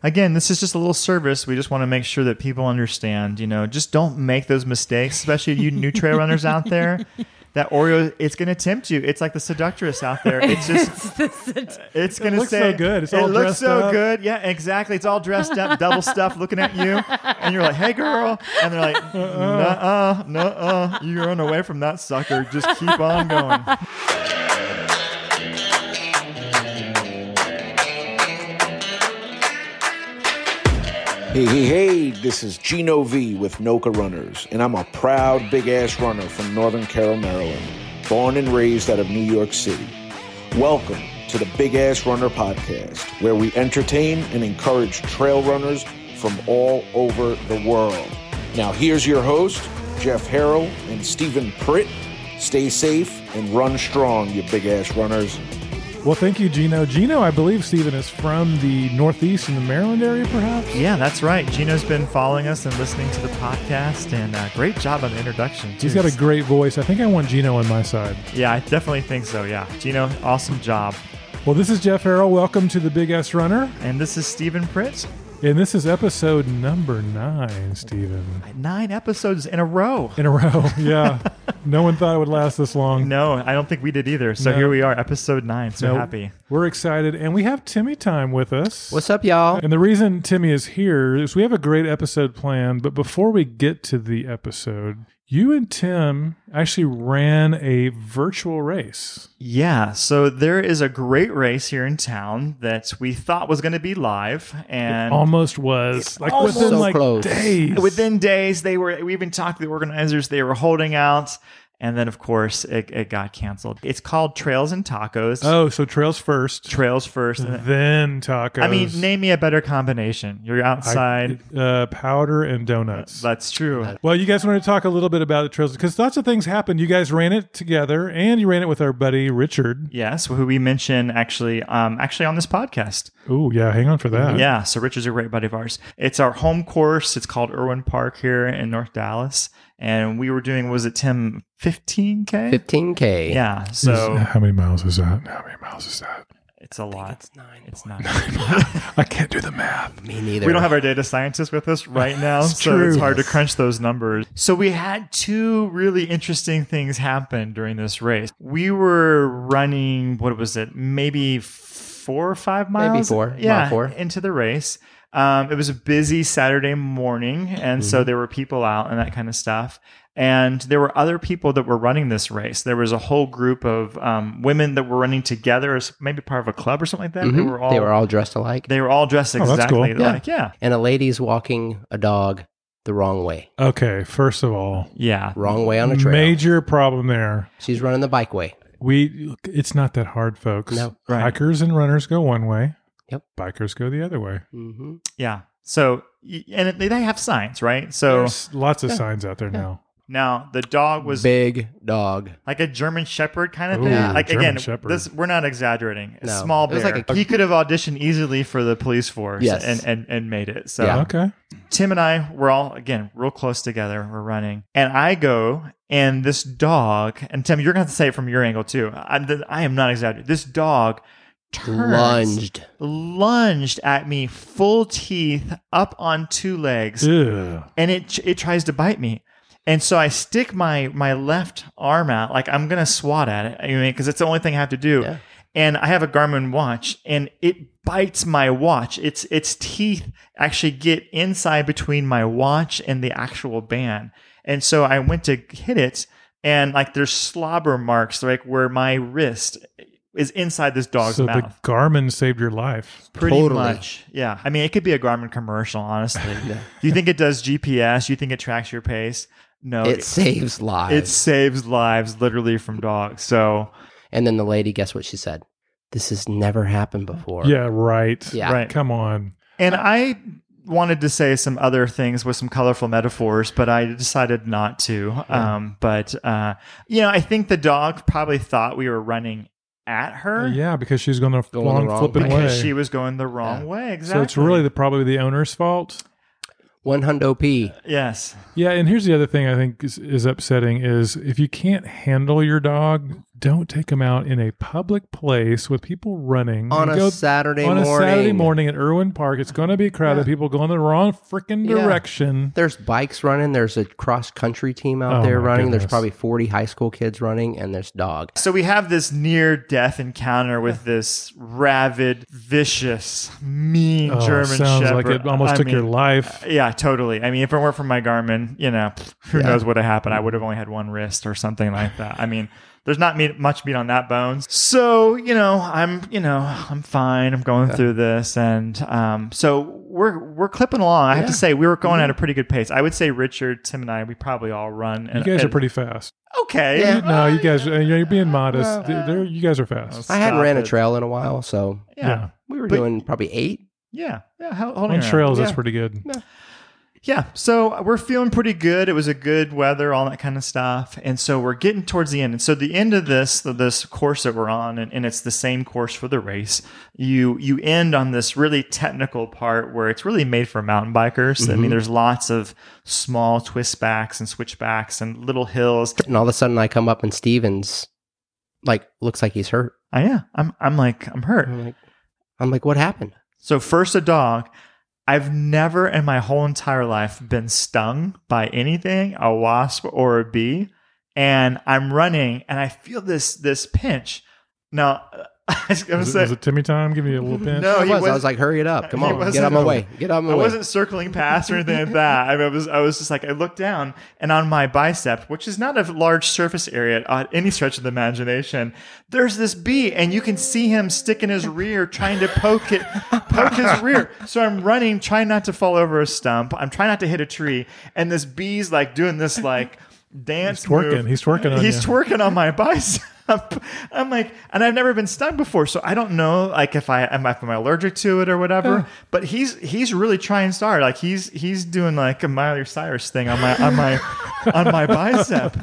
Again, this is just a little service. We just want to make sure that people understand. You know, just don't make those mistakes, especially you new trail runners out there. That Oreo, it's going to tempt you. It's like the seductress out there. It's just It's gonna looks say so good. It's it all looks dressed so up." good. Yeah, exactly. It's all dressed up, double stuff, looking at you, and you're like, "Hey, girl," and they're like, Uh-uh. "Nuh-uh, nuh-uh, you run away from that sucker. Just keep on going." Hey, hey, hey, this is Gino V with Noka Runners, and I'm a proud big ass runner from Northern Carroll, Maryland, born and raised out of New York City. Welcome to the Big Ass Runner Podcast, where we entertain and encourage trail runners from all over the world. Now, here's your host, Jeff Harrell and Stephen Pritt. Stay safe and run strong, you big ass runners. Well, thank you, Gino. Gino, I believe Stephen is from the Northeast in the Maryland area, perhaps. Yeah, that's right. Gino's been following us and listening to the podcast, and uh, great job on the introduction. He's too. got a great voice. I think I want Gino on my side. yeah, I definitely think so. Yeah, Gino, awesome job. Well, this is Jeff Harrell. Welcome to the Big S Runner, And this is Stephen Pritz. and this is episode number nine, Stephen, Nine episodes in a row. in a row. yeah, no one thought it would last this long. No, I don't think we did either. So No. here we are, episode nine. So No, happy. We're excited, and we have Timmy time with us. What's up, y'all? And the reason Timmy is here is we have a great episode planned, but before we get to the episode, you and Tim actually ran a virtual race. Yeah, so there is a great race here in town that we thought was going to be live, and almost was like almost- within So like close. days. within days they were. We even talked to the organizers; they were holding out, and then of course it, it got canceled. It's called Trails and Tacos. Oh, Uh, so trails first, Trails first. and- then tacos. I mean, name me a better combination. You're outside. uh, powder and donuts. That's true. well, you guys wanted to talk a little bit about the trails because lots of things happened. You guys ran it together, and you ran it with our buddy Richard. Yes, who we mention actually, um, actually on this podcast. Oh yeah, hang on for that. Yeah, so Richard's a great buddy of ours. It's our home course. It's called Irwin Park here in North Dallas, and we were doing was it Tim 15k? 15K. Yeah, so how many miles is that? How many miles is that? it's a lot. That's nine. It's not. I can't do the math. Me neither. We don't have our data scientists with us right now, It's so it's true. hard to crunch those numbers. So we had two really interesting things happen during this race. We were running, what was it, maybe four or five miles? four, yeah, mile four. into the race. Um, it was a busy Saturday morning, and so there were people out and that kind of stuff. And there were other people that were running this race. There was a whole group of um, women that were running together, as maybe part of a club or something like that. They were all Mm-hmm. they were all dressed alike. they were all dressed Oh, that's cool. exactly like yeah. and a lady's walking a dog the wrong way. Okay, first of all, Yeah. Wrong way on a trail. major problem there. She's running the bike way. We it's not that hard, folks. No. Right. Hikers and runners go one way. Yep. Bikers go the other way. Mm-hmm. Yeah. So y- and it- they have signs, right? So There's lots of Yeah. signs out there now. now the dog was Big dog. like a German Shepherd kind of Ooh, thing. Yeah. Like German again, Shepherd. this we're not exaggerating. A No. Small It was bear. like a- he could have auditioned easily for the police force Yes. and, and and made it. So Yeah. Okay. Tim and I were all again real close together. We're running, and I go and this dog. And Tim, you're going to have to say it from your angle too. I'm the, I am not exaggerating. This dog turns, Lunged. lunged at me, full teeth, up on two legs, Ew. and it it tries to bite me. And so I stick my my left arm out, like I'm gonna swat at it, I mean, because it's the only thing I have to do. Yeah. And I have a Garmin watch, and it bites my watch. Its its teeth actually get inside between my watch and the actual band. And so I went to hit it, and like there's slobber marks, like where my wrist is inside this dog's So mouth. the Garmin saved your life. Pretty Totally. much. Yeah. I mean, it could be a Garmin commercial, honestly. You think it does GPS? You think it tracks your pace? No. It saves it, lives. it saves lives literally from dogs. So, and then the lady, guess what she said? This has never happened before. Yeah, right. Yeah. right. Come on. And I wanted to say some other things with some colorful metaphors, but I decided not to. Um, but, uh, you know, I think the dog probably thought we were running at her Yeah, because she's going to Going the long wrong flipping because way. she was going the wrong Yeah. way. Exactly. so it's really the, probably the owner's fault. One hundo P. Yes. Yeah, and here's the other thing I think is, is upsetting is if you can't handle your dog, don't take them out in a public place with people running on You a go- Saturday on a morning. Saturday morning at Irwin Park. It's going to be crowded. People going the wrong freaking Yeah. direction. There's bikes running. There's a cross country team out Oh, there my running. There's goodness. probably 40 high school kids running, and there's dog. So we have this near death encounter with this ravid, vicious, mean Oh, German sounds Shepherd. like it almost I took your mean, life. Yeah, totally. I mean, if it weren't for my Garmin, you know, pff, who knows what would have happened? I would have only had one wrist or something like that. I mean, there's not meat, much meat on that bone. So you know, I'm you know, I'm fine. I'm going through this, and um, so we're we're clipping along. I have to say, we were Mm-hmm. going at a pretty good pace. I would say Richard, Tim, and I, we probably all run. You And, guys are and- pretty fast. okay. Yeah. You- no, Oh, you guys, uh, you're being modest. They're- they're- you guys are fast. Uh, I hadn't Stop ran a it. trail in a while, so yeah, we were But- doing probably eight. yeah, yeah. Hold holding On her out. trails, that's Yeah. pretty good. Yeah, so we're feeling pretty good. It was a good weather, all that kind of stuff, and so we're getting towards the end. And so the end of this this course that we're on, and, and it's the same course for the race. You you end on this really technical part where it's really made for mountain bikers. I mean, there's lots of small twist backs and switchbacks and little hills. And all of a sudden, I come up and Stevens, like, looks like he's hurt. I yeah, I'm I'm like I'm hurt. I'm like, I'm like, what happened? So first a dog. I've never in my whole entire life been stung by anything, a wasp or a bee, and I'm running and I feel this this pinch. Now, I was going to Is it, say is it Timmy time? Give me a little pinch. no, I, he was, I wasn't- was like, hurry it up. Come he on. Get wasn't- out of my way. Get out of my I way. wasn't circling past or anything like that. I, mean, I was I was just like I looked down and on my bicep, which is not a large surface area on any stretch of the imagination, there's this bee, and you can see him sticking his rear trying to poke it, poke his rear. So I'm running, trying not to fall over a stump. I'm trying not to hit a tree, and this bee's like doing this like dance. He's twerking. move. He's twerking on He's you. twerking on my bicep. I'm like, and I've never been stung before, so I don't know, like if I am if I'm allergic to it or whatever. But he's he's really trying hard. Like he's he's doing like a Miley Cyrus thing on my on my on my bicep,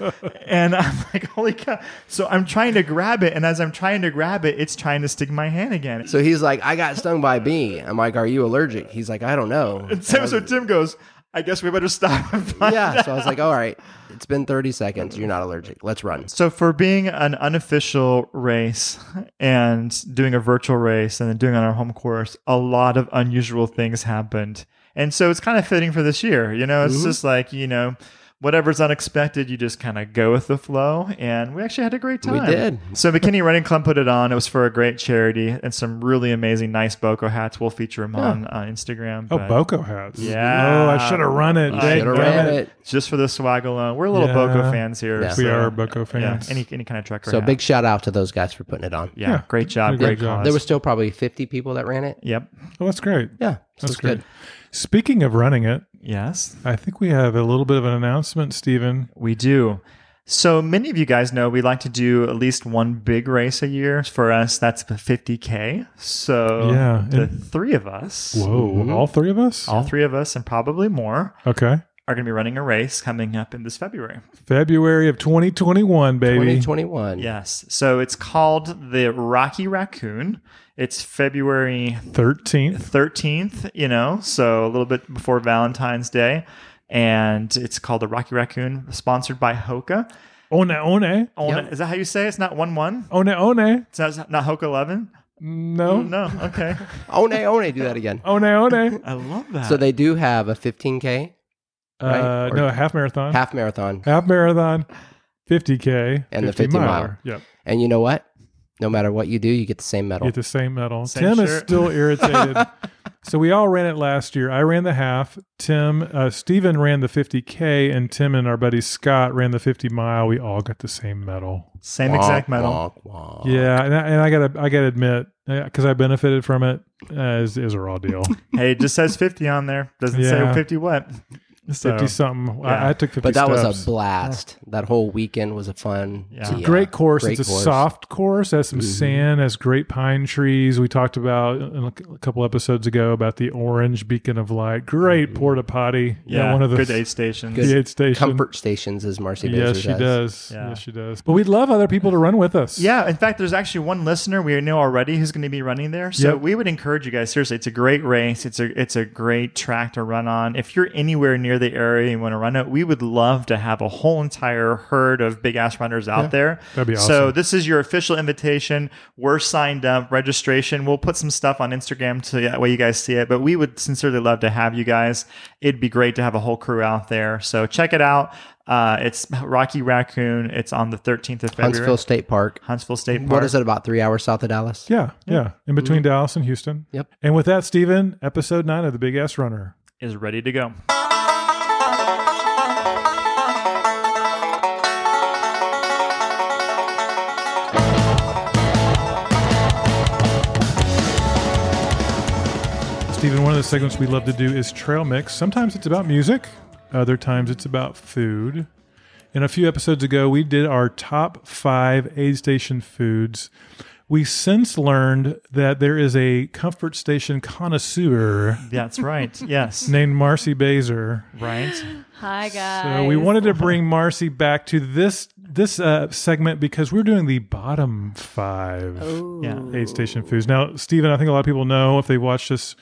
and I'm like, holy cow! So I'm trying to grab it, and as I'm trying to grab it, it's trying to stick my hand again. So So he's like, I got stung by a bee. I'm like, are you allergic? He's like, I don't know. so, so Tim goes, I guess we better stop. And find yeah. So I was like, all right, it's been 30 seconds. You're not allergic. Let's run. So for being an unofficial race and doing a virtual race and then doing it on our home course, a lot of unusual things happened. And so it's kind of fitting for this year. You know, Mm-hmm. it's just like, you know, whatever's unexpected, you just kind of go with the flow. And we actually had a great We time. did. So McKinney Running Club put it on. It was for a great charity and some really amazing, nice Boco hats. We'll feature them on uh, Instagram. Oh, but Boco hats. Yeah. Oh, I should have run it. Dang Should have it. ran it. Just for the swag alone. We're little Boco Yeah. fans here. Yeah. We so, are Boco fans. Yeah, any, any kind of trucker. So hat. big shout out to those guys for putting it on. Yeah, Yeah. great job, Did a great great job. cause. There was still probably 50 people that ran it. yep. oh, that's great. Yeah. So That's it's great. good. Speaking of running it, Yes, I think we have a little bit of an announcement, Stephen. we do. So many of you guys know we like to do at least one big race a year. For us, that's the 50k. So Yeah, the and- three of us, Whoa, Mm-hmm. all three of us? all three of us, and probably more, Okay. are going to be running a race coming up in this February. February of 2021, baby. 2021. Yes. So it's called the Rocky Raccoon. It's February 13th. 13th, you know, so a little bit before Valentine's Day. And it's called the Rocky Raccoon, sponsored by Hoka. One, one. Ona, Yep. Is that how you say it? It's not 1 1? One, one. It's not, not Hoka 11? No. No. Okay. One, one, oh, do that again. One, one. I love that. So they do have a 15K Uh, Right? no, a half marathon. Half, half marathon. marathon, 50K. And the 50 miler. Yep. And you know what? No matter what you do, you get the same medal. Get the same medal. Same Tim is shirt. still irritated. so we all ran it last year. I ran the half. Tim, uh, Steven ran the 50K, and Tim and our buddy Scott ran the 50 mile. We all got the same medal. Same Wonk, exact medal. wonk, wonk. Yeah, and I, and I gotta I gotta admit because I benefited from it uh, is is a raw deal. Hey, it just says 50 on there. Doesn't Yeah. say 50 what. So, Fifty something. yeah. I, I took fifty. But that was a steps. blast. That whole weekend was a fun. Yeah. It's a great course. Great it's a course. Mm-hmm. soft course. Has some sand. Has great pine trees. We talked about in a a couple episodes ago about the orange beacon of light. Great Mm-hmm. porta potty. You know, yeah, one of the good aid stations. the aid station. Comfort stations, as Marcy Baser Yes, she says. does. Yeah. Yes, she does. But we'd love other people to run with us. Yeah, in fact, there's actually one listener we know already who's going to be running there. So Yep. we would encourage you guys. Seriously, it's a great race. It's a it's a great track to run on. If you're anywhere near near the area and want to run it, we would love to have a whole entire herd of big ass runners out there. That'd be So awesome. this is your official invitation. We're signed up, registration. We'll put some stuff on Instagram to that way you guys see it. But we would sincerely love to have you guys. It'd be great to have a whole crew out there. So check it out. Uh, it's Rocky Raccoon. It's on the 13th of February. Huntsville State Park. Huntsville State Park. What is it, about three hours south of Dallas? Yeah, yeah. In between Dallas and Houston. Mm-hmm. Yep. And with that, Steven, episode nine of the Big Ass Runner. Is ready to go. Steven, one of the segments we love to do is trail mix. Sometimes it's about music, other times it's about food. And a few episodes ago, we did our top five aid station foods. We since learned that there is a comfort station connoisseur That's right. Yes. named Marcy Baser. Right. Hi guys. So we wanted to bring Marcy back to this this uh, segment because we're doing the bottom five Yeah. aid station foods. Now, Steven, I think a lot of people know if they watch this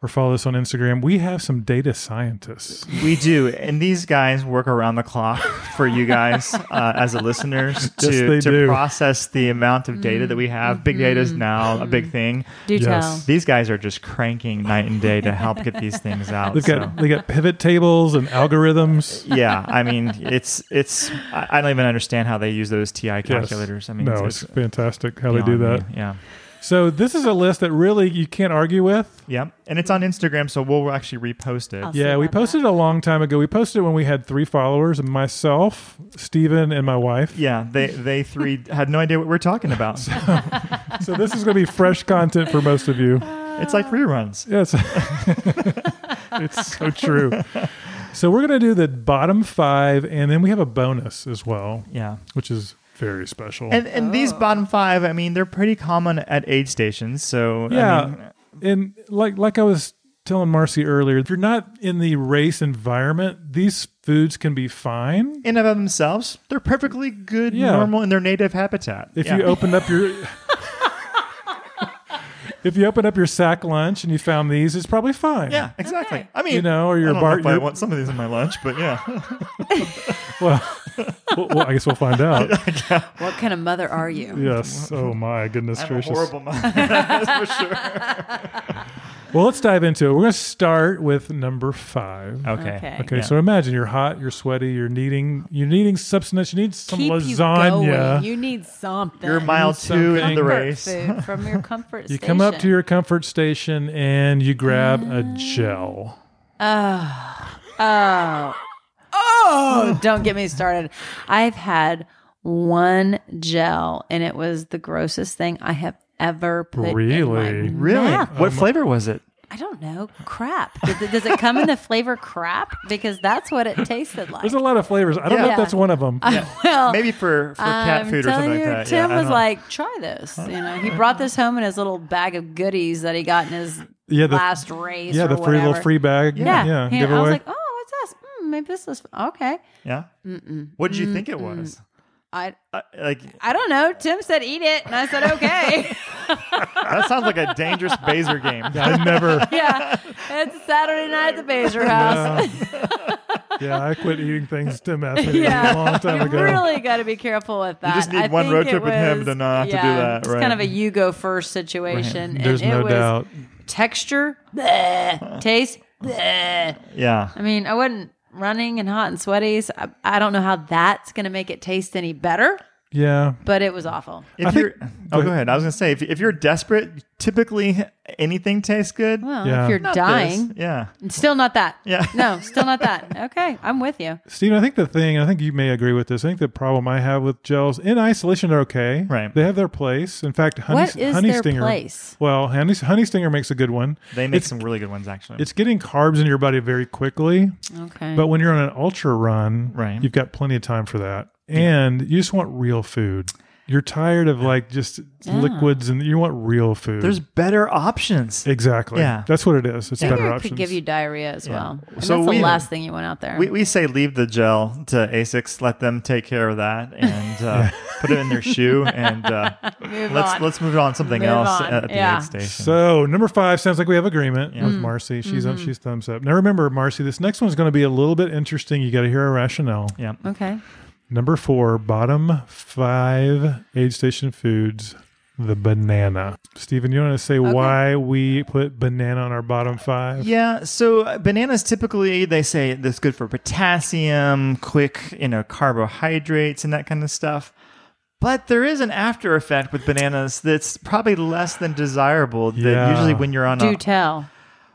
or follow us on Instagram, we have some data scientists. We do, and these guys work around the clock for you guys uh, as a listeners to, Yes, to they do. Mm-hmm. process the amount of data that we have. Big data is now a big thing. do Yes. These guys are just cranking night and day to help get these things out. They've so- got they got pivot tables and algorithms. yeah, I mean, it's it's. I I don't even understand how they use those TI calculators. I mean, no, it's, fantastic how they do beyond that. me. Yeah, So this is a list that really you can't argue with. yeah, and it's on Instagram, so we'll actually repost it. Awesome. Yeah, we about that. posted it a long time ago. We posted it when we had three followers: myself, Steven, and my wife. Yeah, they they three had no idea what we're talking about. So this is going to be fresh content for most of you. It's like reruns. Yes. it's so true. So we're going to do the bottom five, and then we have a bonus as well, Yeah. which is very special. And and these Oh. bottom five, I mean, they're pretty common at aid stations. So yeah. I mean, uh, and like like I was telling Marcy earlier, if you're not in the race environment, these foods can be fine. in and of themselves, they're perfectly good, Yeah. normal in their native habitat. If Yeah. you opened up your If you opened up your sack lunch and you found these, it's probably fine. yeah, exactly. I mean, You know, or your I don't bar- Know if I your- want some of these in my lunch, but yeah, Well, well, well, I guess we'll find out. What kind of mother are you? Yes. Oh my goodness I'm a gracious. horrible mom. That's for sure. Well, let's dive into it. We're going to start with number five. Okay. Okay. Okay, Oh, Yeah. so imagine you're hot, you're sweaty, you're needing you're needing substance. You need some Keep you lasagna. going. You need something. You're mile Mm, two in the Comfort race. Food from your comfort. You come up to your comfort station and you grab a Ah. gel. Oh. Oh, don't get me started. I've had one gel and it was the grossest thing I have ever put in my Really? Really? mouth. What Um, flavor was it? I don't know. Crap. Does it, does it come in the flavor crap? Because that's what it tasted like. There's a lot of flavors. I don't know Yeah. if that's one of them. well, Maybe for, for cat I'm food or telling something you, like that. Yeah, Tim I was don't- like, "Try this." You know, he brought this home in his little bag of goodies that he got in his Yeah, the- last race. yeah, or the free whatever. little free bag. Yeah, yeah. He- I giveaway. was like, "Oh, what's this? Mm, maybe this is okay." yeah. What did you think it was? I Uh, like I don't know. Tim said, "Eat it," and I said, "Okay." that sounds like a dangerous Baser game. I never. yeah, it's a Saturday night at the Baser House. yeah, I quit eating things Tim asked me to do Yeah. a long time you ago. really got to be careful with that. just need I one think road it trip with him was- to not to do yeah, that, It's right. kind of a you go first situation. and There's it no was doubt. Texture, bleh, taste, bleh. Yeah. I mean, I wasn't running and hot and sweaty, so I, I don't know how that's going to make it taste any better, Yeah. but it was awful. If I you're, think- oh, go go ahead. I was gonna say if, if you're desperate, typically anything tastes good. Well, Yeah. if you're Not this. dying, Yeah. still not that. Yeah. No, still not that. Okay, I'm with you. Steven, I think the thing, and I think you may agree with this. I think the problem I have with gels in isolation are okay. Right. They have their place. In fact, honey, What is honey their stinger. place? Well, honey, honey stinger makes a good one. They make it's, some really good ones actually. It's getting carbs in your body very quickly, Okay. but when you're on an ultra run, Right. you've got plenty of time for that, and you just want real food. You're tired of like just liquids and you want real food. There's better options. exactly. Yeah. That's what it is. It's better Beer options. could give you diarrhea as well. And So that's we- the last thing you want out there. We, we say leave the gel to Asics. Let them take care of that and uh, put it in their shoe. And uh, Move let's on. let's move on to something Move else on. at the Yeah. aid station. So number five sounds like we have agreement with Marcy. Mm-hmm. She's up, she's thumbs up. Now remember, Marcy, this next one's going to be a little bit interesting. You got to hear our rationale. yeah. okay. Number four, bottom five aid station foods, the banana. Stephen, you want to say why we put banana on our bottom five? Yeah, so uh, bananas typically they say that's good for potassium, quick, you know, carbohydrates and that kind of stuff. But there is an after effect with bananas that's probably less than desirable. That Yeah. usually when you're on Do a tell.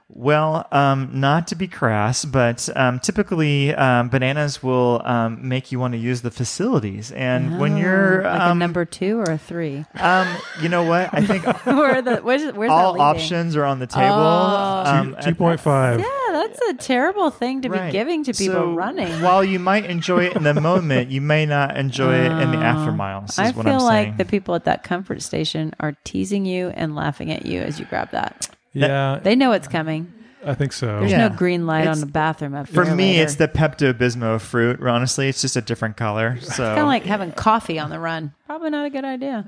well, um, not to be crass, but um, typically um, bananas will um, make you want to use the facilities. And when you're, Oh, like a um, number two or a three, um, you know what, I think where the where's, where's all that leading? options are on the table. Oh. Um, Two point five. Yeah, that's a terrible thing to be Right. giving to people So, running. While you might enjoy it in the moment, you may not enjoy it in the aftermiles. Is Oh, I what feel I'm like saying. the people at that comfort station are teasing you and laughing at you as you grab that. Yeah, They know it's coming. I think so. There's Yeah. no green light It's- on the bathroom after. For or me, later. it's the Pepto Bismol fruit. Honestly, it's just a different color. So kind of like having coffee on the run. Probably not a good idea.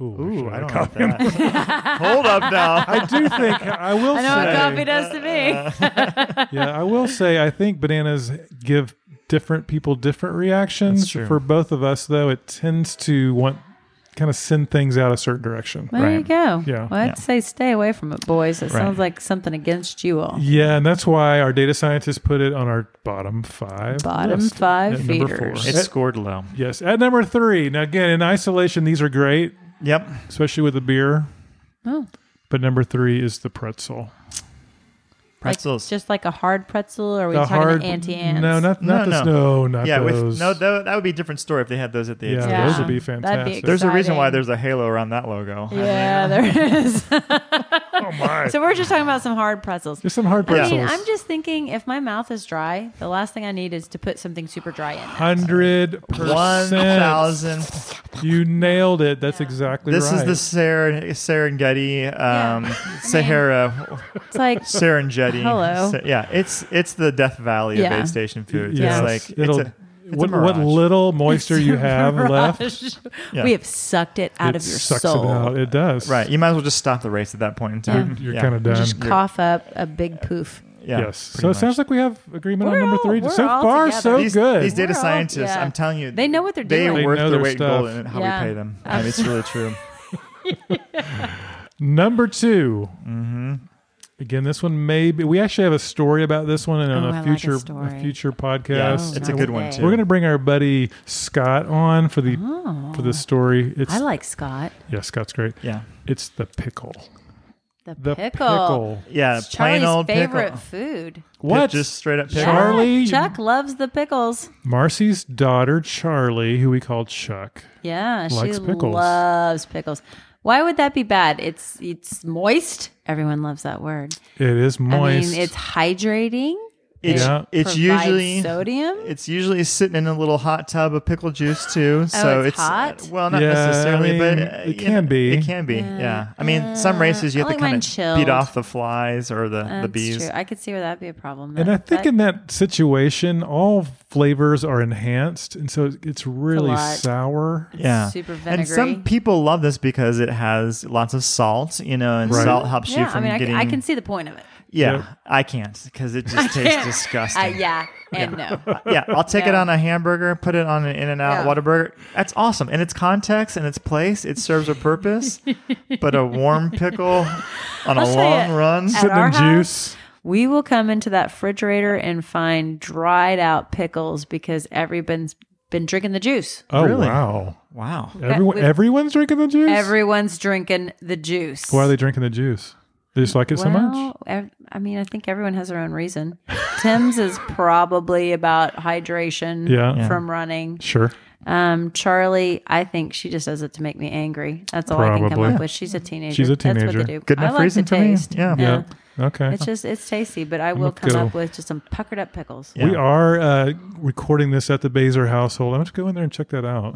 Ooh, I don't like that. Hold up now. I do think I will I know what coffee say. does to me. yeah, I will say I think bananas give different people different reactions. That's true. For both of us, though, it tends to want kind of send things out a certain direction. There you Right. go. Yeah. Well, I'd Yeah. say stay away from it, boys. It sounds Right. like something against you all. Yeah, and that's why our data scientists put it on our bottom five. Bottom list five at number four. feeders. It At- scored low. yes, at number three. Now, again, in isolation, these are great, Yep. especially with the beer. Oh. But number three is the pretzel. Like, Pretzels. just like a hard pretzel, or are we the talking hard anti ants? No, not No, not this. no. No, not yeah. those. With no, that, that would be a different story if they had those at the. Yeah, Yeah. Yeah. those would be That'd be fantastic. ex- There's a reason why Exciting. there's a halo around that logo. I Yeah, there is. oh my! so we're just talking about some hard pretzels. Just some hard I pretzels. mean, I'm just thinking if my mouth is dry, the last thing I need is to put something super dry in. there. Hundred mean, One percent. thousand. You nailed it. That's exactly This right. is the Ser- Serengeti, um, Yeah. Sahara, It's like Serengeti. Hello. Se- yeah, it's it's the death valley Yeah. of aid station foods. Yes. It's like It'll- it's a, it's what, a what mirage. little moisture you have left Yeah. We have sucked it out it of your sucks soul. it out. It does. right. You might as well just stop the race at that point in time. You're Yeah. kind of done. Just cough up a big poof. yeah, yes. pretty So it much. sounds like we have agreement We're on number all- three. we're so all far, together. so these, good. These data Oh, We're all- scientists, yeah. I'm telling you, They know what they're they doing. are They worth know their their weight in gold stuff. in how Yeah. we pay them. I mean, it's really true. Number 2 Mm-hmm. Again, this one may be. We actually have a story about this one in Oh, I a like a future story. future Yeah, podcast. it's a good one Okay. too. We're gonna bring our buddy Scott on for the Oh, for this story. It's I like Scott. yeah, Scott's great. yeah, It's the pickle. The, The pickle. yeah, It's plain Charlie's old favorite pickle. food. What? Just straight up pickle. Char- Charlie- Yeah, Chuck loves the pickles. Marcy's daughter Charlie, who we call Chuck. Yeah, Likes she pickles. loves pickles. Why would that be bad? It's it's moist. Everyone loves that word. It is moist. I mean, it's hydrating. It's, Yeah. it's provides usually sodium. It's usually sitting in a little hot tub of pickle juice too. So Oh, it's it's, uh, hot? Well, not Yeah, I necessarily, but mean, uh, it you can be. It can be. Yeah. I mean, some races you I have like to mine kind of chilled. beat off the flies or the, the That's bees. True. I could see where that'd be a problem. and I then. think That- in that situation, all flavors are enhanced, and so it's really lot. sour. Yeah, super And some vinegary. people love this because it has lots of salt. You know, and Right. salt helps you yeah, I from mean, I, c- getting. I can see the point of it. Yeah, Yep. I can't because it just tastes disgusting. Uh, yeah, and no. yeah, I'll take it Yeah. on a hamburger, put it on an In and Out Yeah. Whataburger. That's awesome. In its context and its place, it serves a purpose. but a warm pickle on a I'll tell long you, run. at Sitting our in house- juice. We will come into that refrigerator and find dried out pickles because everyone's been drinking the juice. Oh Really? wow! wow. Everyone, we- everyone's drinking the juice. Everyone's drinking the juice. Why are they drinking the juice? They just like it so much. Well, ev- I mean, I think everyone has their own reason. Tim's is probably about hydration Yeah. Yeah. from running. Sure. Um, Charlie, I think she just does it to make me angry. That's all I can Probably. come up with. She's a teenager. She's a That's teenager. what they do. Good I enough like reason the for me. taste. Yeah. Yeah. Okay. It's just it's tasty, but I will gonna come up go. with just some puckered up pickles. We are uh, recording this at the Baser household. I'm going to go in there and check that out.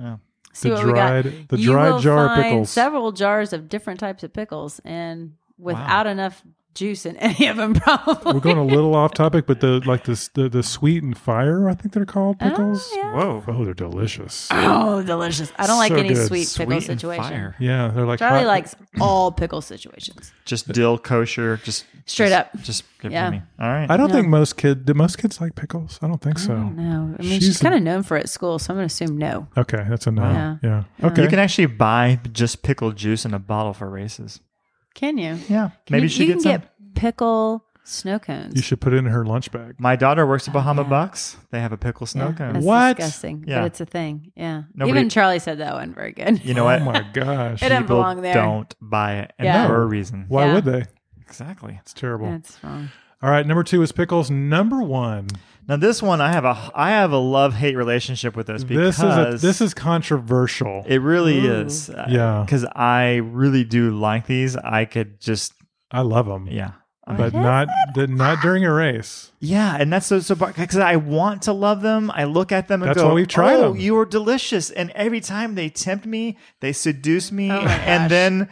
see The what we dried- got. the you dried will jar of find pickles. Several jars of different types of pickles, and without enough juice in any of them, probably. We're going a little off topic, but the like the the, the sweet and fire, I think they're called pickles. yeah. Whoa. Oh, they're delicious. Oh, delicious! I don't like So any good. sweet pickle Sweet and situation. fire. Yeah, they're like Charlie hot- likes all pickle situations. Just dill kosher. Just Straight just- up. Just give Yeah. me. All right. I don't think most kid do most kids like pickles. I don't think so. No, I mean She's she's, a- kind of known for it at school, so I'm going to assume no. Okay, that's a no. Wow. Yeah. Okay. You can actually buy just pickle juice in a bottle for races. Can you? Yeah. Maybe you, you, should you get some. can get pickle snow cones. you should put it in her lunch bag. My daughter works at Bahama Bucks. They have a pickle snow Oh, Yeah, cone. That's What? disgusting. Yeah. But it's a thing. Yeah. Nobody- Even Charlie said that wasn't very good. You know what? oh my gosh. It- doesn't People belong there. don't buy it, and Yeah. for a reason. Why Yeah. would they? Exactly. It's terrible. That's wrong. All right, number two is pickles. Number one. Now this one, I have a I have a love hate relationship with this because This is a, this is controversial. it really is. Uh, Yeah. because I really do like these. I could just I love them, yeah, I- but not the, not during a race. yeah, and that's so so because I want to love them. I look at them and That's go, why we try "Oh, them." you are delicious!" And every time they tempt me, they seduce me, Oh my gosh. and then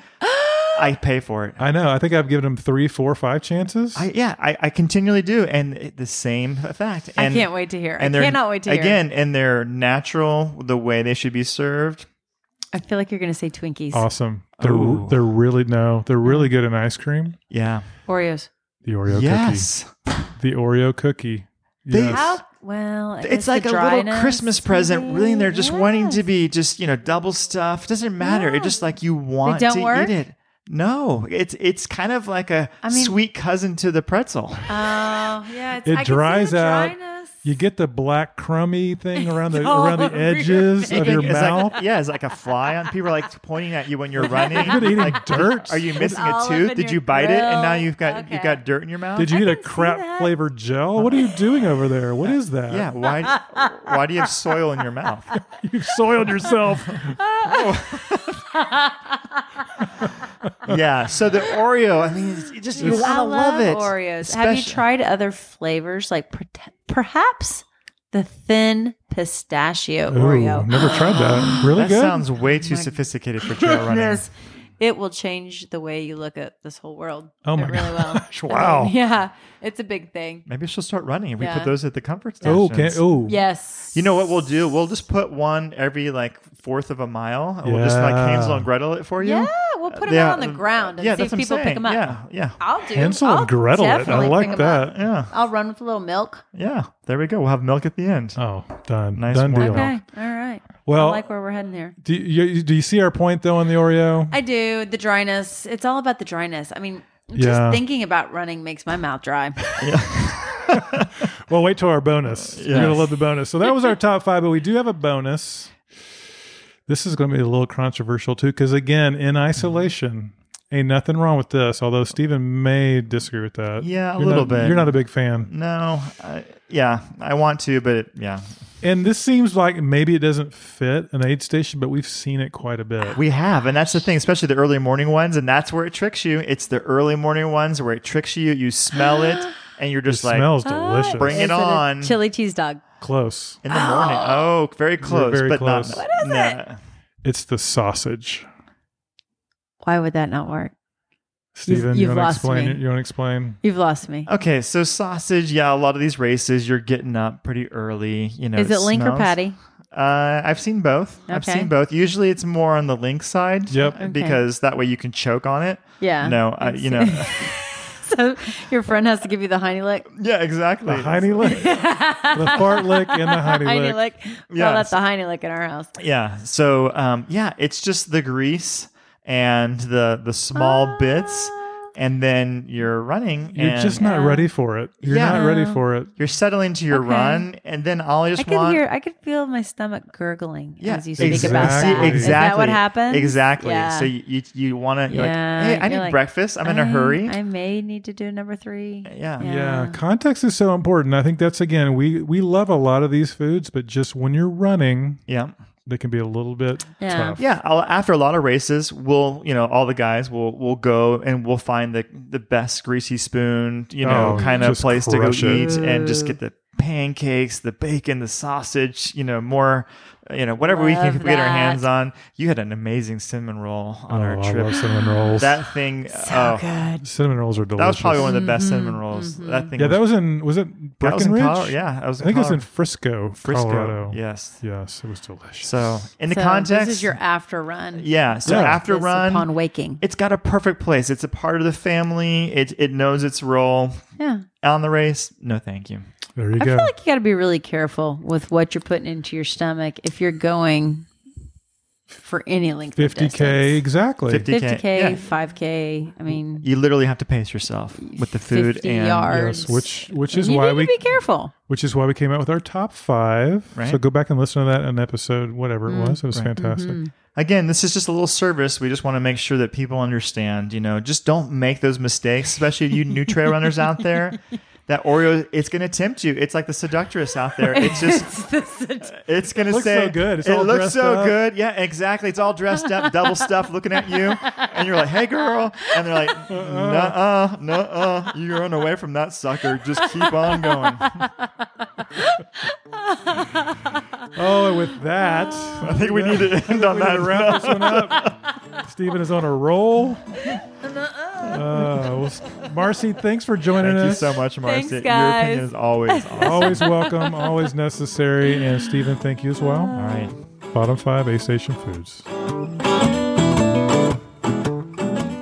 I pay for it. I know. I think I've given them three, four, five chances. I, yeah, I, I continually do, and it, the same effect. I And, can't wait to hear. And I they're- cannot wait to hear. again, and they're natural, the way they should be served. I feel like you're going to say Twinkies, awesome. They're Ooh. they're really no. They're really good in ice cream. Yeah. Oreos. The Oreo yes. cookie. The Oreo cookie. They- Yes. How? Well, I guess It's the like a little dryness, Christmas present, really, and they're just wanting to yes. be just, you know, double stuff. Doesn't matter. It's just like you want don't to work? eat it. No, it's it's kind of like a I mean- sweet cousin to the pretzel. Oh, yeah. It's, I it can see dries the out. dryness. You get the black crummy thing around the all around the over your edges face. of your It's like- mouth. "Oh, yeah, it's like a fly on. People are like pointing at you when you're running. You're eating like, dirt. Are you missing a all up tooth? in Did your you bite it? And now grill. you've got Okay. you've got dirt in your mouth. Did you I get a can see crap that. flavored gel? What are you doing over there? What is that? Yeah. Why? Uh, why do you have soil in your mouth? You've soiled yourself. Yeah. So the Oreo. I mean, it's- it just you want I to love, it. Oreos. Have you Especially- tried other flavors like per- perhaps the thin pistachio Ooh, Oreo? never tried that. Really That good. sounds way too sophisticated for trail running. Oh Goodness. It will change the way you look at this whole world. Oh my it really gosh! Will. I Wow. mean, yeah, it's a big thing. Maybe she'll start running. We Yeah. put those at the comfort stations. Oh, can, oh, Yes. You know what we'll do? We'll just put one every like fourth of a mile. and We'll just like Yeah. Hansel and Gretel it for you. Yeah, we'll put them Yeah, um, out on the ground and yeah, see that's if what I'm people pick saying. them up. Yeah, yeah, I'll do. Hansel I'll and Gretel. It. I definitely like pick 'em up. that. yeah, I'll run with a little milk. yeah. There we go. We'll have milk at the end. Oh, done. Nice done one. deal. Okay. All right. Well, I like where we're heading here. do you do you see our point though on the Oreo? I do. The dryness. It's all about the dryness. I mean, just Yeah. thinking about running makes my mouth dry. Well, wait till our bonus. You're gonna love the bonus. So that was our top five, but we do have a bonus. This is going to be a little controversial too, because again, in isolation, ain't nothing wrong with this. Although Stephen may disagree with that. Yeah, a You're little not- bit. You're not a big fan, No, I, yeah, I want to, but yeah, and this seems like maybe it doesn't fit an aid station, but we've seen it quite a bit. We have, and that's the thing, especially the early morning ones, and that's where it tricks you. It's the early morning ones where it tricks you. You smell it, and you're It just like smells delicious. bring it Is Ah, a on. chili cheese dog. Close. in the morning. Oh, very close, very but close. not. What is it? It's the sausage. Why would that not work? Stephen, you you've want to lost explain me. it? You want to explain? You've lost me. Okay, so sausage. Yeah, a lot of these races, you're getting up pretty early. You know, Is it link or smells. patty? Uh, I've seen both. I've Okay. seen both. Usually, it's more on the link side. Yep. Okay. Because that way you can choke on it. Yeah. No, I, you know. so your friend has to give you the heiny lick. yeah, exactly. The hiney lick, the fart lick, and the hiney, Heiny lick. lick. Yes. Well, that's the heiny lick in our house. Yeah. So um, yeah, it's just the grease and the the small Ah. bits, and then you're running. You're and uh, just not ready for it. You're Yeah. not ready for it. You're settling to your Okay. run, and then all I I just could want. hear, I could feel my stomach gurgling yeah, as you speak exactly. about that. Exactly. Is that what happens? Exactly. Yeah. So you you, you want to? Yeah, Like, hey, I you're need like, breakfast. I'm in a I- hurry. I may need to do number three. yeah. Yeah. Yeah. Context is so important. I think that's again, we we love a lot of these foods, but just when you're running, Yeah. they can be a little bit Yeah. tough. Yeah, I'll, after a lot of races, we'll you know all the guys will will go and we'll find the the best greasy spoon you know Oh, kind of just place to go crush it. eat and just get the pancakes, the bacon, the sausage, you know, more, you know, whatever we can Love get our hands that. on. You had an amazing cinnamon roll on Oh, our I trip. love cinnamon rolls. That thing, So oh, good. Mm-hmm, cinnamon rolls are delicious. that was probably one of the best cinnamon rolls. That thing, Yeah, that was in was it that was in Breckenridge? Colo- yeah, that was I think it was in Colo- Frisco, Frisco. Colorado. Yes. Yes, it was delicious. So in the So context, This is your after run. yeah. So Yeah. after This run, upon waking. it's got a perfect place. It's a part of the family. It it knows its role. yeah. On the race, no, thank you. there you I go. feel like you got to be really careful with what you're putting into your stomach if you're going for any length of Fifty k distance. exactly. 50 50K, Yeah. 5K. I mean, You literally have to pace yourself with the food 50 and yards. Yes, which which is you why need we to be careful. which is why we came out with our top five. Right. So go back and listen to that in episode whatever Mm. it was. It was fantastic. Mm-hmm. again, this is just a little service. We just want to make sure that people understand, you know, just don't make those mistakes, especially you new trail runners out there. That Oreo, it's going to tempt you. It's like the seductress out there. It's just, it's going to looks say, so good. It's it all looks dressed so up." good. Yeah, exactly. It's all dressed up, double stuff, looking at you, and you're like, "Hey, girl," and they're like, Uh-uh. "Nuh-uh, nuh-uh, you're running away from that sucker. Just keep on going." Oh, and with that, Oh. I think we need to end on we need that to round. wrap this one up. Stephen is on a roll. Uh, well, s- Marcy, thanks for joining Thank you us. so much, Marcy. Thanks, Your guys. opinion is always awesome. Always welcome, always necessary. And Stephen, thank you as well. All right. Bottom five A Station Foods.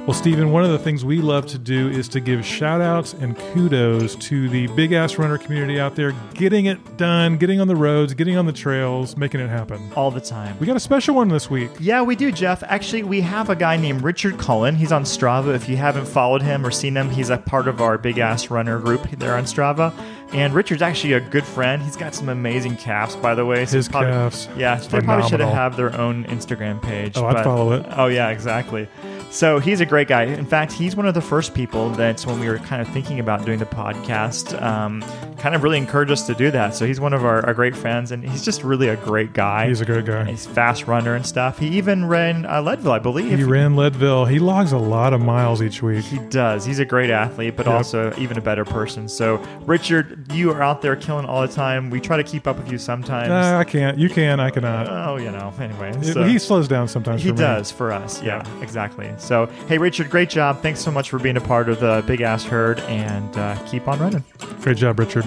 Well, Stephen, one of the things we love to do is to give shout outs and kudos to the big ass runner community out there getting it done, getting on the roads, getting on the trails, making it happen. All the time. We got a special one this week. Yeah, we do, Jeff. Actually, we have a guy named Richard Cullen. He's on Strava. If you haven't followed him or seen him, he's a part of our big ass runner group there on Strava. And Richard's actually a good friend. He's got some amazing calves, by the way. So His calves Yeah, are they probably should phenomenal. have their own Instagram page. Oh, I'd but- follow it. Oh, yeah, exactly. So he's a great guy. In fact, he's one of the first people that's when we were kind of thinking about doing the podcast, um, kind of really encouraged us to do that. So he's one of our, our great friends, and he's just really a great guy. He's a great guy. He's a fast runner and stuff. He even ran uh, Leadville, I believe. He ran Leadville. He logs a lot of miles each week. He does. He's a great athlete, but Yep. also even a better person. So, Richard, you are out there killing all the time. We try to keep up with you sometimes. Nah, I can't. You can. I cannot. oh, you know. Anyway, It- so- Uh, he slows down sometimes. he for me. does for us. Yeah, exactly. So, hey, Richard, great job. Thanks so much for being a part of the Big Ass Herd, and uh, keep on running. Great job, Richard.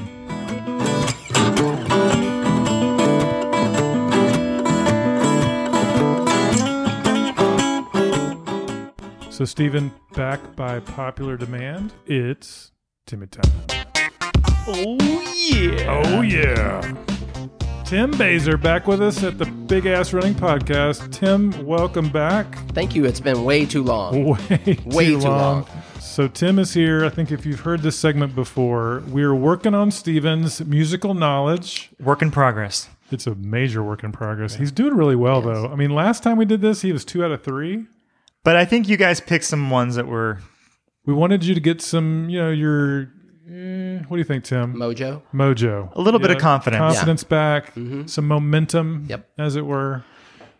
So, Stephen, back by popular demand, it's Timmy time. Oh yeah. Oh, yeah. Tim Baser back with us at the Big Ass Running Podcast. Tim, welcome back. Thank you. It's been way too long. Way, Way too long. So Tim is here. I think if you've heard this segment before, we're working on Steven's musical knowledge. Work in progress. It's a major work in progress. He's doing really well though. I mean, last time we did this, he was two out of three. But I think you guys picked some ones that were We wanted you to get some, you know, your eh, what do you think, Tim? Mojo. Mojo. A little bit of confidence. Confidence back, some momentum, Mm-hmm. Yep. as it were.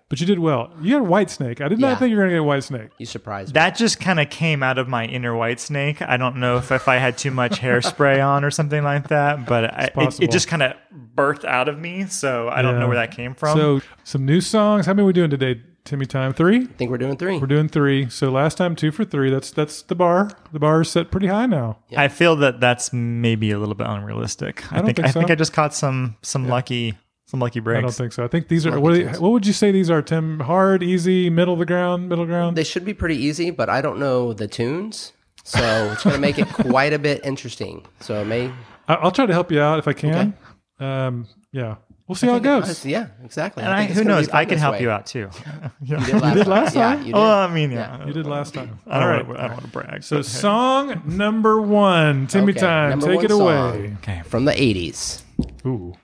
But you did well. You got White Snake. I did Yeah. not think you were going to get White Snake. You surprised me. That just kind of came out of my inner white snake. I don't know if, if I had too much hairspray on or something like that, but I, it, possible. it just kind of birthed out of me. So I don't Yeah. know where that came from. So some new songs. How many are we doing today, Timmy? Time three. I think we're doing three. We're doing three. So last time two for three. That's that's the bar. The bar is set pretty high now. I feel that that's maybe a little bit unrealistic. I, don't think, think I think so. I just caught some some lucky some lucky I don't breaks. think so. I think these are what, are they- what would you say these are, Tim? Hard, easy, middle of the ground, middle ground. They should be pretty easy, but I don't know the tunes. So it's going to make it quite a bit interesting. So it may. I, I'll try to help you out if I can. Um, yeah, we'll see how it goes. Yeah, exactly. And I, think it's who gonna be knows? fun I could this help way. you out too. You did last, time. Oh, uh, Yeah, you did. Well, I mean, yeah. You did last time. I All don't, right. wanna, I don't want to brag. So but hey. song number one, Timmy Okay, time. number Take one it away. okay. From the 80s. Ooh,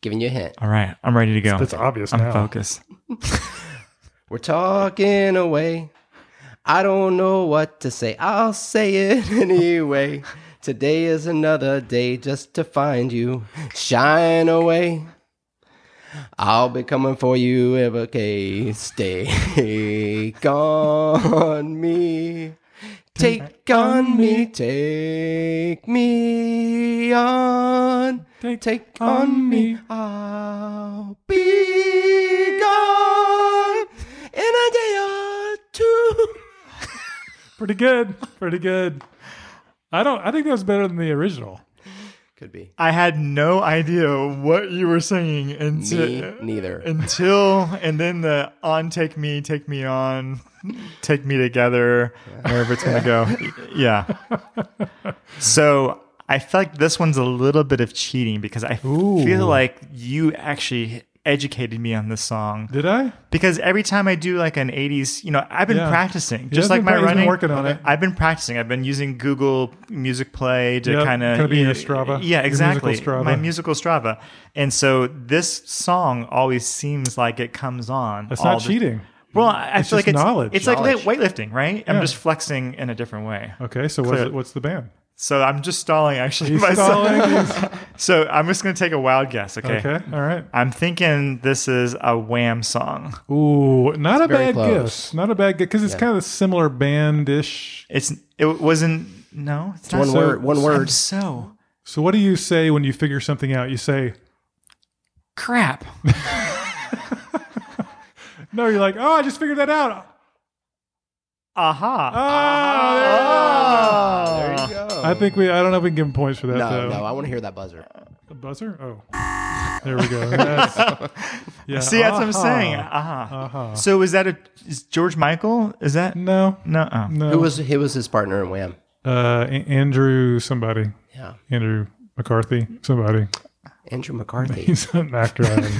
Giving you a hint. All right. I'm ready to go. that's obvious I'm now. focused. We're talking away. I don't know what to say. I'll say it anyway. Today is another day just to find you. Shine away. I'll be coming for you if okay. Take on me. Take on me. Take me on. on, Take take, on on me. me. I'll be gone in a day or two. Pretty good. Pretty good. I don't. I think that was better than the original. Could be. I had no idea what you were singing Me until neither. until and then the on take me take me on take me together wherever it's gonna go yeah so i feel like this one's a little bit of cheating because i Ooh. feel like you actually educated me on this song Did I? because every time i do like an 80s you know i've been Yeah. practicing He just has like been my pra- he's been running working on it. i've been practicing i've been using google music play to Yeah, kind of kinda be your Strava, your yeah musical exactly Strava. my musical Strava. And so this song always seems like it comes on. That's all not the- cheating. Well, I I It's feel like just it's knowledge. It's Knowledge. like li- weightlifting, right? Yeah. I'm just flexing in a different way. Okay. So what's Clear. it, what's the band? So I'm just stalling actually. He's myself. stalling. He's- So I'm just gonna take a wild guess. Eh. Okay. okay. All right. I'm thinking this is a Wham song. Ooh, not a very bad close. guess. Not a bad guess because it's kind of a similar bandish. It's it wasn't no. It's, not One so- word. One I'm word. so So what do you say when you figure something out? You say crap. no. You're like, oh, I just figured that out. Aha. Ah, There you go. there- I think we. I don't know if we can give him points for that no, though. no, I want to hear that buzzer. A buzzer? Oh, there we go. That's- yeah. See, that's what I'm Aha. saying. Aha. Aha. So is that a is George Michael? Is that No, no? Oh. no. Who was who was his partner in Wham? uh, A- Andrew? Somebody. Yeah, Andrew McCarthy. Somebody. Andrew McCarthy. He's an actor. I don't,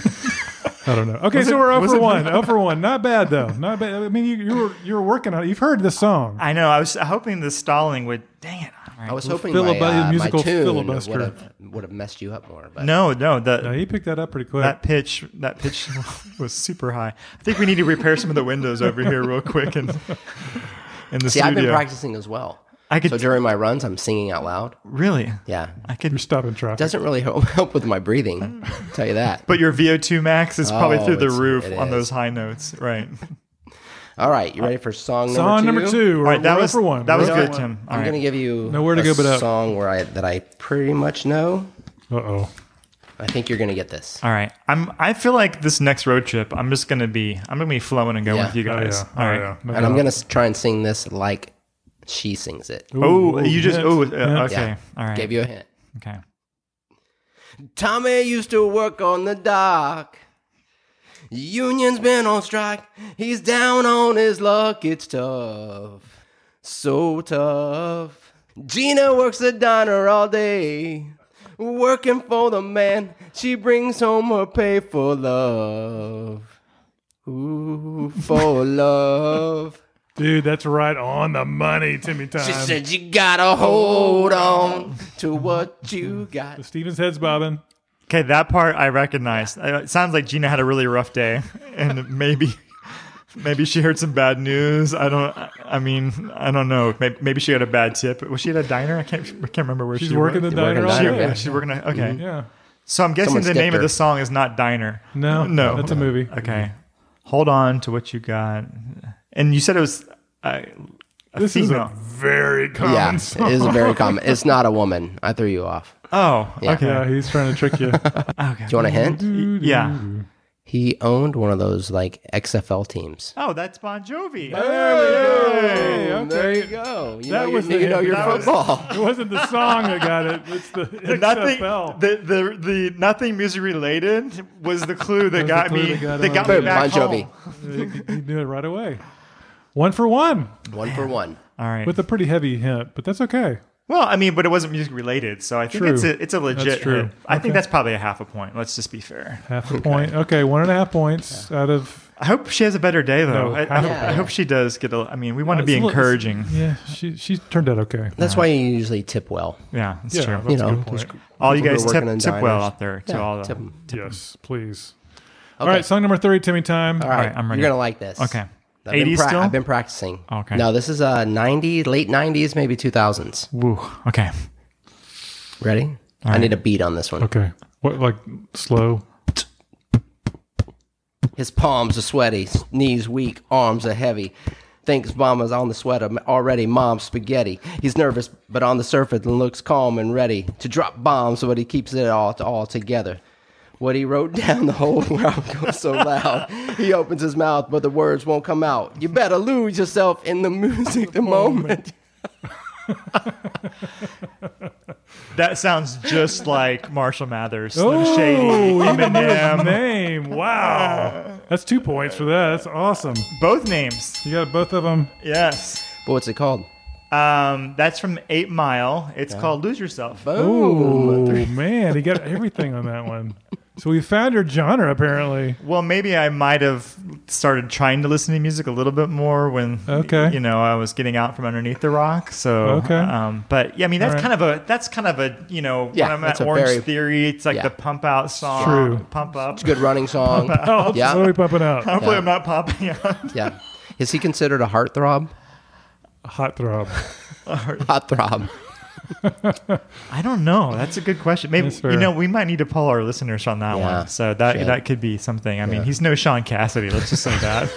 I don't know. Okay, so we're 0 for one. 0 for one. Not bad though. Not bad. I mean, you, you were you were working on. it. You've heard the song. I know. I was hoping the stalling would. Dang it! All right. I was hoping Filibu- my, uh, my musical tune filibuster. would have would have messed you up more. But No, no. The Now, Uh, he picked that up pretty quick. that pitch, that pitch was super high. I think we need to repair some of the windows over here real quick and in the see, studio. I've been practicing as well. I could So during my runs, I'm singing out loud. really. Yeah, I You're could. stopping traffic. doesn't really help, help with my breathing. tell you that. But your VO2 max is probably Oh, through the it's- roof it on is. those high notes, right? All right, Uh, you ready for song number song two? number two. We're, All right, that we're was for one. that was We're good, for Tim. All I'm right. gonna give you Nowhere to a go but uh, up. song where I that I pretty much know. Uh oh. I think you're gonna get this. All right. I'm. I feel like this next road trip, I'm just gonna be. I'm gonna be flowing and going Yeah. with you Oh guys. yeah. Oh, All right. yeah. No And I'm doubt. gonna s- try and sing this like she sings it. Oh, Ooh, you just. hint, Oh, uh, hint. okay. Yeah. All right. Gave you a hint. Okay. Tommy used to work on the dock. Union's been on strike. He's down on his luck. It's tough. So tough. Gina works the diner all day. Working for the man. She brings home her pay for love. Ooh, for love. Dude, that's right on the money, Timmy time. She said you gotta hold on to what you got. Steven's head's bobbing. Okay, that part I recognize. Uh, It sounds like Gina had a really rough day, and maybe, maybe she heard some bad news. I don't. I- I mean, I don't know. Maybe, maybe she had a bad tip. Was she at a diner? I can't. I can't remember where She's she working the worked. diner. working all the diner, day. She- yeah, she's working. At, okay, Yeah. so I'm guessing Someone the name skipped of the her. song is not diner. No. No. That's a movie. Okay, hold on to what you got. And you said it was uh, a This is a female. very common Yeah, song. it is a very common. It's not a woman. I threw you off. oh, okay. Yeah, he's trying to trick you. Do you want a hint? Yeah. He owned one of those like XFL teams. Oh, that's Bon Jovi. Hey, okay. There you go. You That know your, was the you know hint. your That was- football. It wasn't the song that got it. It's the nothing XFL. the, the the nothing music related was the clue that was got the clue me that got that him got on me it. back Bon Jovi. home. you you knew it right away. One for one One for one. All right. with a pretty heavy hint, but that's okay. well, I mean, but it wasn't music related, so I think True. it's a it's a legit. That's true. hit. I Okay. think that's probably a half a point. Let's just be fair. Half a point. Okay, one and a half points out of. I hope she has a better day though. No, I, I, half a hope, I point. hope she does get a. I mean, we want to It's be a little- encouraging. Yeah, she she turned out okay. That's why you usually tip well. Yeah, that's yeah, true. that's You a know, good point. All you people who guys are tip, working in tip well diners. out there to Yeah, all the. tip 'em. Yes, please. All Okay. right, song number three, Timmy time. All right, right, I'm ready. You're gonna like this. Okay. I've been 80s still? I've been practicing. Okay. No, this is uh 90s, late 90s, maybe 2000s. Woo. Okay. Ready? I need a beat on this one. Okay, what like slow? His palms are sweaty, knees weak, arms are heavy. Thinks mama's on the sweater already. Mom's spaghetti. He's nervous, but on the surface and looks calm and ready to drop bombs, but he keeps it all all together. What he wrote down the whole round goes so loud. He opens his mouth, but the words won't come out. You better lose yourself in the music the moment. That sounds just like Marshall Mathers, Slim Oh, Shady, Eminem. Name. Wow. That's two points for that. That's awesome. Both names. You got both of them. Yes. But what's it called? Um, that's from Eight Mile. It's called Lose Yourself. Oh, man. He got everything on that one. So we found your genre, apparently. Well, maybe I might have started trying to listen to music a little bit more when, Okay. you know, I was getting out from underneath the rock. So, Okay. Um, but yeah, I mean, that's All right. kind of a that's kind of a you know, Yeah, when I'm that's at a Orange very- Theory, it's like yeah. the pump out song, True. pump up. Good running song. Oh, Yeah. slowly pumping out. Hopefully, Yeah. I'm not popping out. Yeah. Is he considered a heartthrob? Hot throb. Heartthrob. I don't know. That's a good question. Maybe That's fair. you know we might need to poll our listeners on that Yeah. one. So that Shit. that could be something. I mean, he's no Sean Cassidy. Let's just say that.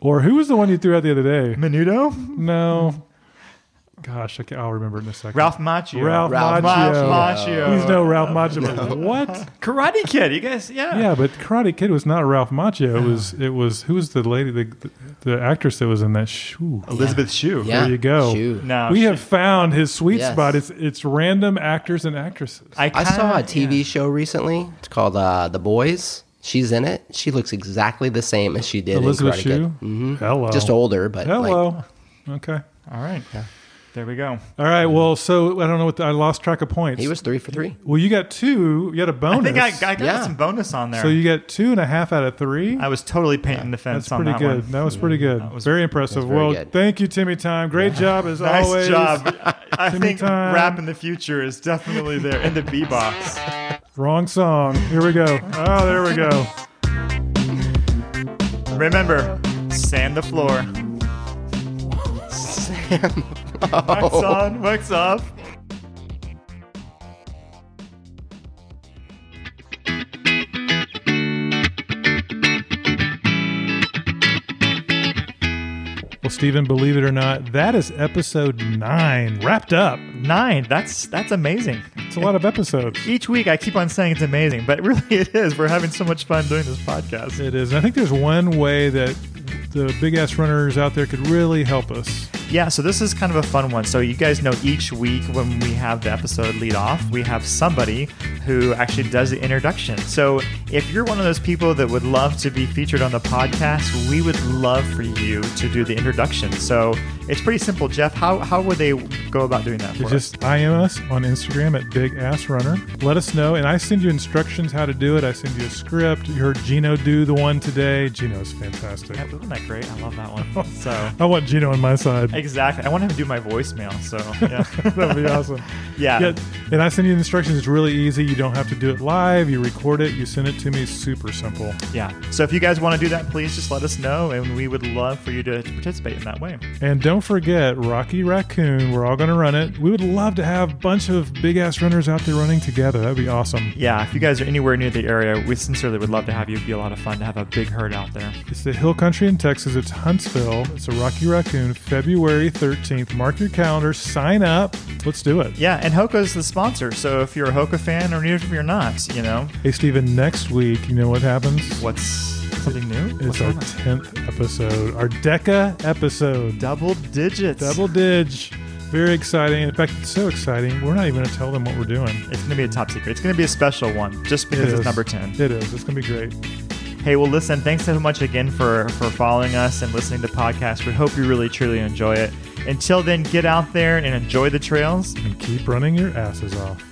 Or who was the one you threw out the other day? Menudo, No. Gosh, I can, I'll remember in a second. Ralph Macchio, Ralph, Macchio. Ralph Ralph Macchio. He's no Ralph Macchio. but What? Karate Kid. You guys, yeah. Yeah, but Karate Kid was not Ralph Macchio. It was it was who was the lady the the actress that was in that shoe. Elizabeth Shue. Oh, Yeah. There you go. Shoot. No, we she- have found his sweet Yes. spot. It's it's random actors and actresses. kinda- I saw a TV show recently. It's called uh, The Boys. She's in it. She looks exactly the same as she did Elizabeth in Karate Kid. Mm-hmm. Shue. Hello. Just older, but Hello. like Oh, okay. All right. There we go. All right. Well, so I don't know what the, I lost track of points. he was three for three. well, you got two. You got a bonus. I think I, I got Yeah. some bonus on there. so you got two and a half out of three. I was totally painting the fence That's on pretty that good. one. That was pretty good. was- very impressive. very well, good. thank you, Timmy Time. Great job as Nice always. job. I think time. rap in the future is definitely there in the B box. Wrong song. Here we go. Oh, there we go. Remember, sand the floor. Wax on, wax off. Well, Stephen, believe it or not, that is episode nine wrapped up. Nine. That's that's amazing. It's a lot of episodes. Each week I keep on saying it's amazing, but really it is. We're having so much fun doing this podcast. It is. And I think there's one way that the big ass runners out there could really help us. Yeah, so this is kind of a fun one. So you guys know each week when we have the episode lead off, we have somebody who actually does the introduction. So if you're one of those people that would love to be featured on the podcast, we would love for you to do the introduction. So it's pretty simple, Jeff. How how would they go about doing that? For You us? just IM us on Instagram at Big Ass Runner. Let us know, and I send you instructions how to do it. I send you a script. You heard Gino do the one today. Gino's fantastic. Yeah, Wasn't that great? I love that one. So I want Gino on my side. exactly, I want him to do my voicemail. So yeah, That'd be awesome. yeah. Yeah, and I send you the instructions. It's really easy. You don't have to do it live. You record it. You send it to me. Super simple. Yeah. So if you guys want to do that, please just let us know, and we would love for you to participate in that way. And don't forget Rocky Raccoon. We're all going to run it. We would love to have a bunch of big ass runners out there running together. That'd be awesome. Yeah. If you guys are anywhere near the area, we sincerely would love to have you. It'd be a lot of fun to have a big herd out there. It's the Hill Country in Texas. It's Huntsville. It's a Rocky Raccoon, February 13th. Mark your calendar. Sign up. Let's do it. Yeah, and Hoka's the sponsor. So if you're a Hoka fan, or even if you're not, you know Hey, Steven, next week, you know what happens? what's something new? What's It's our going on? 10th episode, our DECA episode. double digits. Double Didge. Very exciting. In fact, it's so exciting. We're not even going to tell them what we're doing. It's gonna be a top secret. It's gonna be a special one, just because It it's is. number ten. It is. It's going to be great. Hey, well, listen, thanks so much again for, for following us and listening to the podcast. We hope you really, truly enjoy it. Until then, get out there and enjoy the trails. And keep running your asses off.